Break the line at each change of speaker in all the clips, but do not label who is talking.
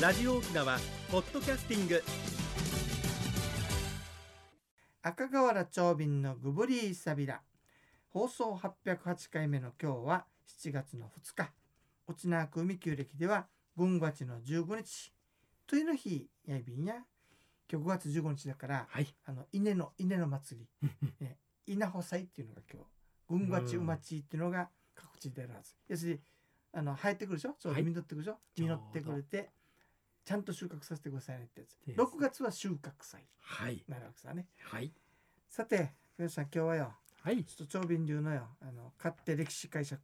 ラジオ沖縄ポッドキャスティング
赤瓦長瓶のグブリーサビラ放送808回目の今日は7月の2日沖縄区海旧暦では軍月の15日というの日やいびんや今日5月15日だから
はい
あの稲の稲の祭 り、ね、稲穂祭っていうのが今日軍月うまちっていうのが各地であるはず要するにあの生えてくるでしょそう
はい
実ってくるでしょ、
ちょう
実
ど
ってくれてちゃんと収穫させてくださいねってやつ
です
6月は収穫祭
はい
なるわけさね
はい
さて皆さん今日はよ
はい
ちょっと長瓶流のよあの勝手歴史解釈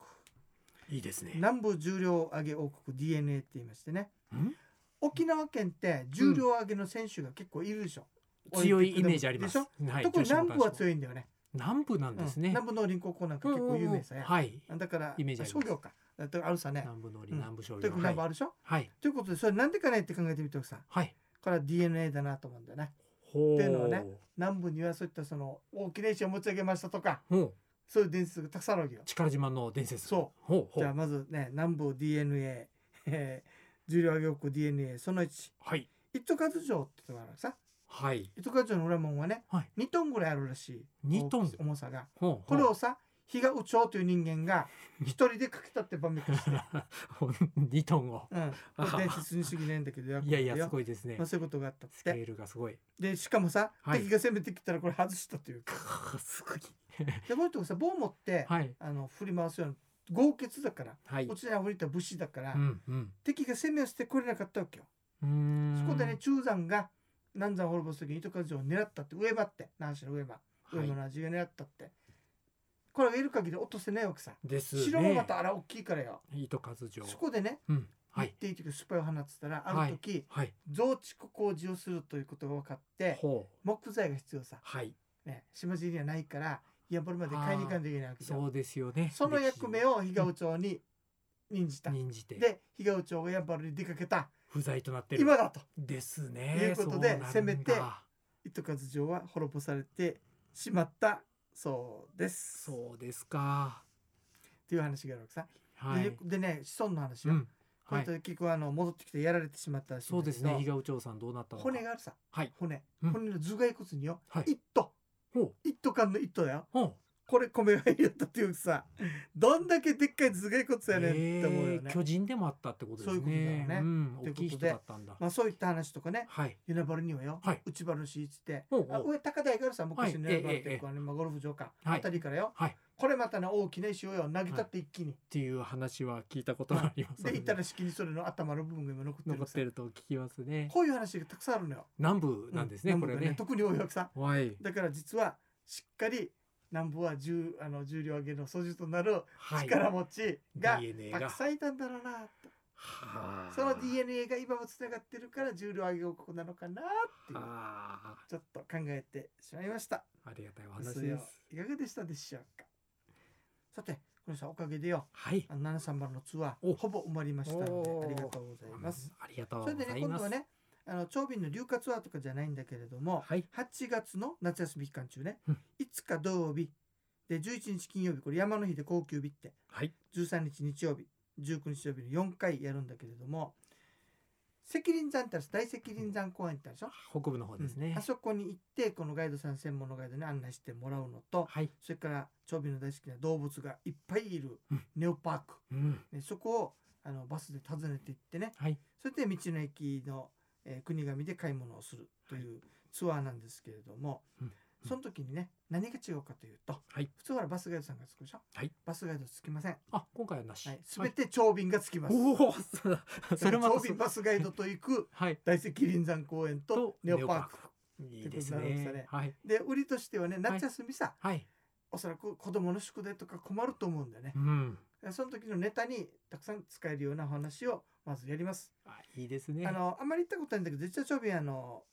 いいですね
南部重量挙げ王国 DNA って言いましてね
ん
沖縄県って重量挙げの選手が結構いるでしょ、
強いイメージあります。
でし
はい
特に南部
女子も男子
は
も
強いんだよね,
南部なん
うん、
ですね。
南部農林高校なんか結構有名さや、
はい。
だから
イメージあり
商
ます
業かだからあるさね
南部のり、
うん
南部醤
とい
油。は
うこともあ
い。
るでしょ、
はい。
ということでそれなんでかねって考えてみてください
はい。
これは DNA だなと思うんだよね
ほ
っていうのをね。南部にはそういったその大きな石を持ち上げましたとか
ほう。
そういう伝説がたくさんあるわけよ
力自慢の伝説。
そう
ほうほ
じゃあ
う。
まずね南部 DNA、えー、重量挙げ国 DNA その1
はい。
一斗数城ってとこがあるわけさ
はい。
一斗数城の裏門はね、
はい
2トンぐらいあるらしい
2トン
大き重さが
ほう。
これをさ比嘉右長という人間が一人でかけたってばめかして、
ほう。二トンを。
うん、これ伝説に過ぎないんだけど
いやいや、す
い、
ごいですね
まあ、。そういうことがあったっ
スケ
て
ールがすごい。
で しかもさ、
はい
敵が攻めてきたらこれ外したというか
すごい。
でもう一個さ棒持って、
はい。
あの振り回すような豪傑だから
はい
こ。ちらに降りた武士だから、
うん。うん。
敵が攻めをしてこれなかったわけよ
うーん
そこでね、中山が南山を滅ぼす時に糸数を狙ったって上場って南市の上場
は
上野
い。
の味が狙ったって、これは得る限り落とせないわけさ
ですね。
城もまたあら大きいからよ
糸数城。
そこでね
うん。は
行っ
い。
ていい時スパイを放ってたらある時、
はい。
増築工事をするということが分かって
ほう。
木材が必要さ、
はい。
ね、島尻にはないから山原まで買いに行かんといけないわけじゃん
そうですよね。
その役目
を
を比嘉尾町に任じた、
任じて。
で比嘉尾町が山原に出かけた
不在となってる。
今だと
ですね。
いうことで
そうなんだ
せめて糸数城は滅ぼされてしまったそうです。っ
そうですか。
ていう話があるわけさ。
は
で
い
よ。くでね子孫の話
う
よ、
ん。
こう
は
やって
い。
結局あの戻ってきてやられてしまったらしいん
そ
だ
う
け
で
ど
すね。比嘉右長さんどうなったのか。
骨があるさ、
はい
骨、
うん
骨の頭蓋骨によ、
はい
一頭
ほう
一頭間の一頭だよ
ほう。
これ米が入れたっていうさどんだけでっかい頭蓋骨やねんって思うよ
え
ね
ー、巨人でもあったってことですね。
そういうことだよね
ん
とい
大
うことで
きい人だったんだ。
まあそういった話とかね
はい。
ユナバルにはよ、
はい
内原の市一って
ほうほ
あ
う
上高台があるさ昔の
はい
ユナバルって
えええ
い
え
うか、あの今ゴルフ場か、
はい
あたりからよ、
はい
これまたね大きな石をよ投げたって一気に、
っていう話は聞いたことがあります、
で行ったら式にそれの頭の部分が今残ってる
残
わ
っ
けさ
てると聞きますね。
こういう話がたくさんあるのよ。
南部なんですね。
う
これ
南部が
ね。
特に大岩さん。
はい。
だから実はしっかり南部は重あの重量上げの素地となる
はい。
力持ちが
DNA
た
が
くさんいたんだろうなと。
はあ
その DNA が今もつながってるから重量上げ王国なのかなっていう
あ
ちょっと考えてしまいました。
あ。ありがたいお話
それ
で
を
す。
いかがでしたでしょうか。さてこれさんおかげでよ
はい。
あの730のツアー
お
ほぼ埋まりましたの
おー
でありがとうございます。
ありがとう
そ
ござ
れ
い
で
ます。
ね、今度はね、あの長瓶の流活ツアーとかじゃないんだけれども、
はい。
8月の夏休み期間中ね、
うん
5日土曜日、で11日金曜日、これ山の日で高級日って、
はい。
13日日曜日、19日曜日の4回やるんだけれども、石林山ってある大石林山公園ってあるでしょ、
北部の方です
うん
ね
あ。そこに行って、このガイドさん、専門のガイドに案内してもらうのと、
はい。
それから長瓶の大好きな動物がいっぱいいる
うん
ネオパーク、
うん。
ねそこをあのバスで訪ねて行ってね、
はい。
それで道の駅の、えー国神で買い物をするというツアーなんですけれども、
うんうん
その時にね何が違うかというと、
はい
普通はバスガイドさんがつくでしょ、
はい
バスガイドつきません、
あ、今回はなし。
はい、全て長便がつきます、
おお、そうだ それま
長
た
便バスガイドと行く
はい。
大石林山公園とネオパーク
ク。いいです
ってことになるんですよ
ね
ね。
はい。
で売りとしてはね夏休みさ、
はい。
おそらく子供の宿題とか困ると思うんだよね
う、ん。
その時のネタにたくさん使えるようなお話をまずやります
あ、いいですね。
あのあんまり行ったことないんだけど実は長瓶あの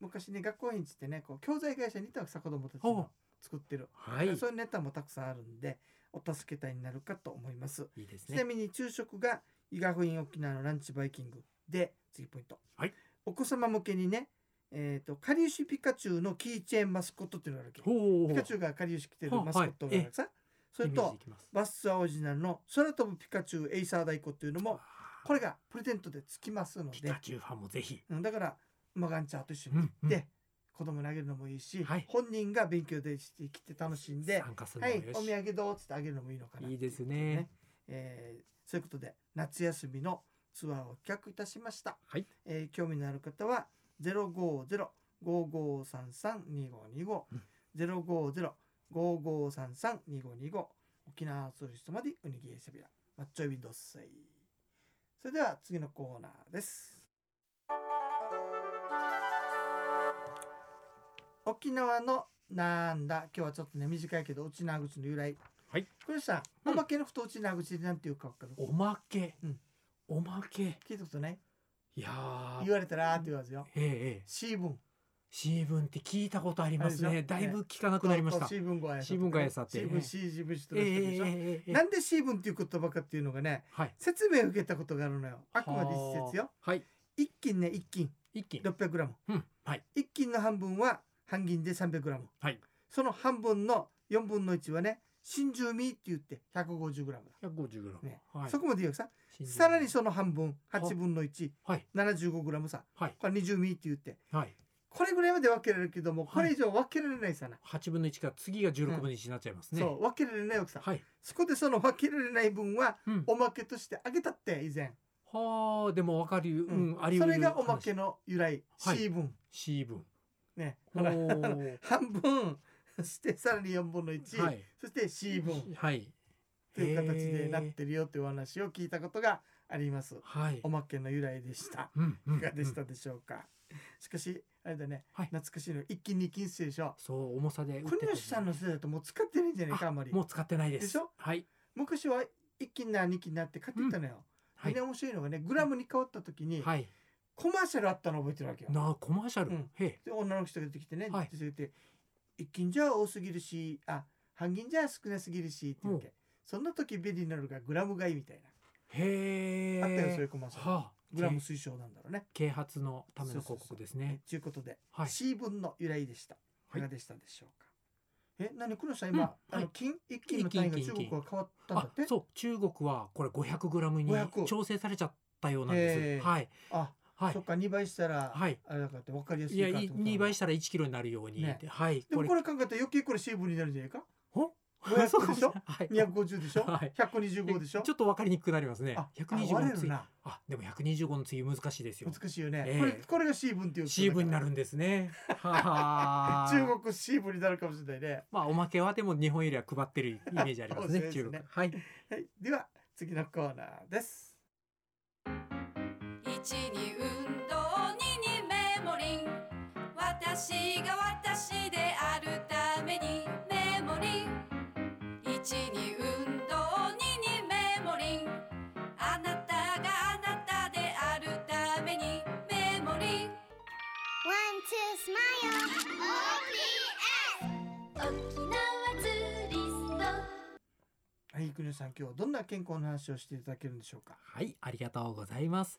昔ね学校園地ってねこう教材会社にいたわけさ子供たち
ほ
の
う
作ってる、
はい。
そういうネタもたくさんあるんでお助け隊になるかと思います、
いいです
ちな
ね。
みに昼食が伊賀府院沖縄のランチバイキングで次ポイント、
はい
お子様向けにねえっ、とかりゆしピカチュウのキーチェーンマスコットっていうのがあるわけ
ほう。
ピカチュウがかりゆし着てる
ほう
マスコットがあるわけさ、それ
イメージ
と
いきます
バスツアーオリジナルの空飛ぶピカチュウエイサー太鼓っていうのもこれがプレゼントでつきますの
ピ
で
カ、チュウファンもぜひ。
うん、だからマガンチャーと一緒に
う
行
んうん
って、子供投げるのもいいし、
はい
本人が勉強でしてきて楽しんで、
参加する
は
のも
い
よ、し。
お土産どうっつってあげるのもいいのかな。
いいですね
えーそういうことで夏休みのツアーを企画いたしました。
はい
えー興味のある方はゼロ五ゼロ五五三三二五二五
うん
ゼロ五ゼロ五五三三二五二五沖縄ツーリストまでウニギエシャビラマッチョビドッサイ。それでは次のコーナーです。沖縄のなんだ今日はちょっとね短いけど内縄口の由来
はい
これさ
う
お
ん
まけの太内縄口でなんていうか分かる、
おまけ、
うん
おまけ。
聞いたことない
いやー。
言われたらーって言わずよ
ええええ。
シーブン
シーブンって聞いたことあります
あれ
ね。
でし
だ
ょ
いぶ聞かなくなりました。
シーブンゴアヤサ
シーブンゴアヤサって
シーブンシーシーブンシと
ええ
か
え
してるでしょ、
えええ
なんでシーブンっていう言葉かっていうのがね
はい。
説明を受けたことがあるのよあくまで一説よ
はい。
一斤ね一斤
一気に。
600g
うん。はい。
一斤の半分は半銀で 300g
はい。
その半分の4分の1はね真珠味って言って 150g だ
百五十グラム
ね。
はい
そ。こまでいいよさ
新宿
さらにその半分8分の175
はい。
グラムさ
はい。
これ20ミリって言って
はい。
これぐらいまで分けられるけども
はい
これ以上分けられないさな、
八分の一から次が十六分の一になっちゃいますね。
そう分けられないわけさ、
はい。
そこでその分けられない分は
うん。
おまけとしてあげたって以前、
はあ、でもわかる。うん。あり
そ
得る
れがおまけ
話。
の由来
はい
C 分、
シー ブン。
ね
お
ほら
ー
半分してさらに4分の1、
はい。
そして C 分
はい。
という形でなってるよっていうお話を聞いたことがあります
はい。
おまけの由来でした
うんうんうん
いかがでしたでしょうか、しかしあれだね、
はい
懐かしいの一気に金水でしょ
そう重さで売ってた
国吉さんの世代だともう使ってないんじゃないかあんまり
もう使ってないです
でしょ
はい
昔は一気にな二気になって買ってったのよ、
は
で
い
ね面白いのがねグラムに変わった時に
はい
コマーシャルあったの覚えてるわけよ、
なあコマーシャル、
うん
へえ
で女の人が出てきてね、
はい
出てきて一斤じゃ多すぎるしあ半銀じゃ少なすぎるしって言うわけ、そんな時便利になるがグラムがいいみたい
へえ
な、あったよそういうコマーシャル、
はあ
グラム推奨なんだろうね
啓発のための
そう
広
そうそう
告ですね
ということで
はい
C 分の由来でした。い
はい
かがでしたでしょうか。え、なに、くのさん、今、
うん
あ
は
の
い
金、一金の単位が中国は変わったんだ
あ
って。
そう中国はこれ500グラムに
500
調整されちゃったようなんで
へえ
すはい
あ、
はい
そっか、二倍したら、
はい
あれだからって、わかりやすい
い
か
や
ってことなの
2倍したら1キロになるように、
ね
はい
でも、これ考えたら、余計これ C 分になるんじゃないか。
ほ
500
そうかもし
でし
れ
ょ
ないはい
二百五十でしょ
はい。
百二十五でしょ
ちょ。っと分かりにくくなりますね
あ、
125
あ
の
割れる
次あ
な。
でも125の次難しいですよ
難しいよね。
ええ
これ、これが C 分っていう。
シーブになる。んですねはあ
中国 C 分になるかもしれないね。
まあおまけはでも日本よりは配ってるイメージあります
そう
ね
ですね
中国はい
はい、では、次のコーナーです。
一に運動二にメモリン私が私であるためにメモリン一に運動二にメモリンあなたがあなたであるためにメモリン
One, two, smile. OPS. Okinawa Tourist.
はい、くのさん、今日はどんな健康の話をしていただけるんでしょうか。
はいありがとうございます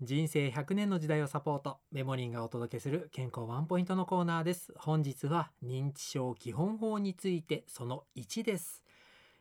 人生100年の時代をサポートメモリンがお届けする健康ワンポイントのコーナーです本日は認知症基本法についてその1です、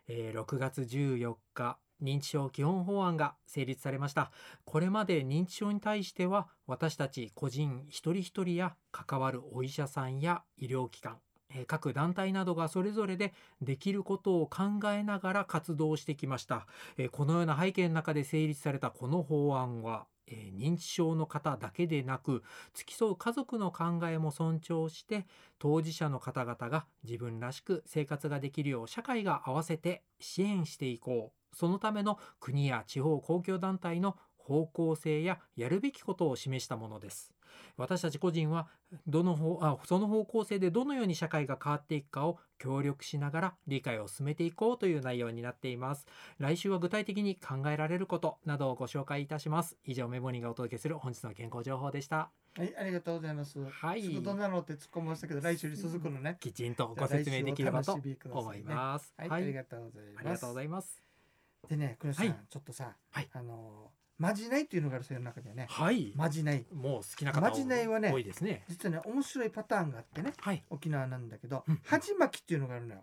えー6月14日認知症基本法案が成立されましたこれまで認知症に対しては私たち個人一人一人や関わるお医者さんや医療機関えー各団体などがそれぞれでできることを考えながら活動してきましたえーこのような背景の中で成立されたこの法案は、えー認知症の方だけでなく付き添う家族の考えも尊重して当事者の方々が自分らしく生活ができるよう社会が合わせて支援していこうそのための国や地方公共団体の方向性ややるべきことを示したものです私たち個人はどの方あその方向性でどのように社会が変わっていくかを協力しながら理解を進めていこうという内容になっています来週は具体的に考えられることなどをご紹介いたします以上メモリーがお届けする本日の健康情報でした
はい、ありがとうございます。
はい
仕事なのって突っ込みましたけど、来週に続くのね。
きちんとご説明できればと思います
はい、
は
あり
い
がとうござい
あり
ま
が
す
とうご。ざいます
でね、黒さん、
はい
ちょっとさ、
はい
あのーまじないっていうのがある世の中でね、
はい
まじない。
もう好きな方
まじないはね
多いですね
実はね、面白いパターンがあってね、
はい
沖縄なんだけど
うん、
はじまきっていうのがあるのよ。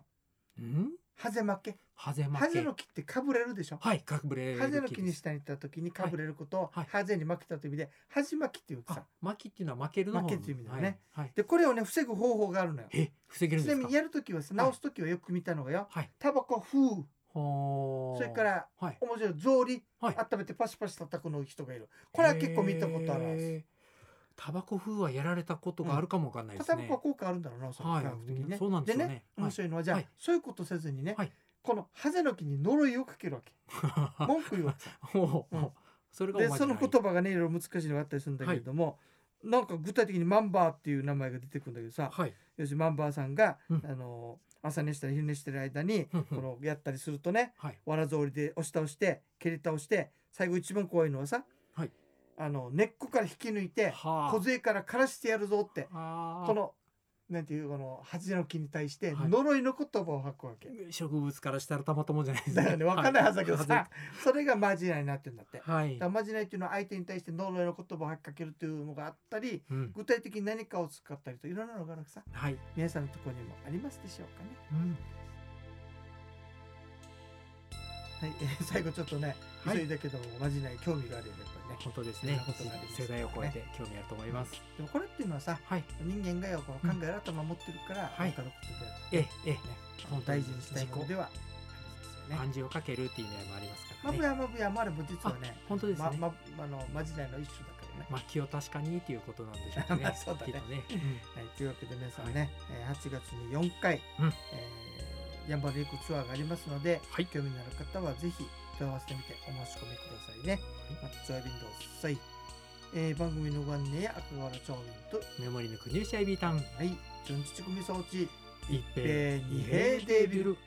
うん
ハゼ負け
ハゼ負
ハゼ
け
の木ってかぶれるでしょ
はいかぶれる
ハゼの木
木で
に
す
下に行った時にかぶれることを
はい
ハゼに負けたという意味でハジ巻きっていう
あ
さ
負けっていうのは負けるの方
負けっていう意味だよね
はい、はい
でこれをね防ぐ方法があるのよ
え防げるん
ち
です
なみ
か
にやる時はさ
はい
直す時はよく見たのがよ
はい
タバコふう
ほー
それから
はい
面白い草履
はい
温めてパシパシ叩くの人がいるこれは結構見たことあるはず
へータバコ風はやられたことがあるかもわかんないです
タバコは
ね、
効果あるんだろうなおそら
はい
く科学的にね
そうなんですよねはい
面白いのはじゃあ
はい
そういうことせずにね
はい
このハゼの木に呪いをかけるわけ文句言うわけさ
ほう
うん
それが
で
おまじ
そ
な
の
い
言葉がねいろいろ難しいのがあったりするんだけれども、なんか具体的にマンバーっていう名前が出てくるんだけどさ
はい
要するにマンバーさんが、
うん
あの朝寝したり昼寝してる間に、
うんうん
このやったりするとね
はい
わらぞりで押し倒して蹴り倒して最後一番怖いのはさ、
はい
あの根っこから引き抜いて
はあ
小杖から枯らしてやるぞって
あー
このなんていうこの恥の木に対して
はい
呪いの言葉を吐くわけ。
植物からしたらたまったもんじゃないです
だからね分かんないはずだけどさ、
は
それがマジナになってるんだって。
はい
だからまじないっていうのは相手に対して呪いの言葉を吐きかけるというのがあったり
うん
具体的に何かを使ったりといろんなのがあるわけさ
はい
皆さんのところにもありますでしょうかね。
うん
はい、え ー最後ちょっとね、
はい
急いだけどもまじない興味があるよねやっぱりね。
本当です
いろ
ね
んなことがあります
世代を超えて興味あると思います、
でもこれっていうのはさ
はい
人間がよこの考える頭を持ってるから
はい
分かることである
ええええ
ね
本当
大事にしたいもので
自己
はありますよね。
暗示をかけるっていう意味合いもありますか
ま
らね
ぶやまぶやもあれも実はね
本当ですね
ま、まあのまじないの一種だからね。
薪を確かにっていうことなんでしょうね。
まあ そうだね
きっとね。
はい、というわけで皆さんね、えー8月に4回、
うん
えーヤンバルエイクツアーがありますので、
はい
興味のある方はぜひ問い合わせてみてお申し込みくださいね。またツアー便どうさい。えー番組のご案内や赤瓦町民と、
メモリーの国吉 IB タウン、
はい、順次組装置、
一
平二平デビル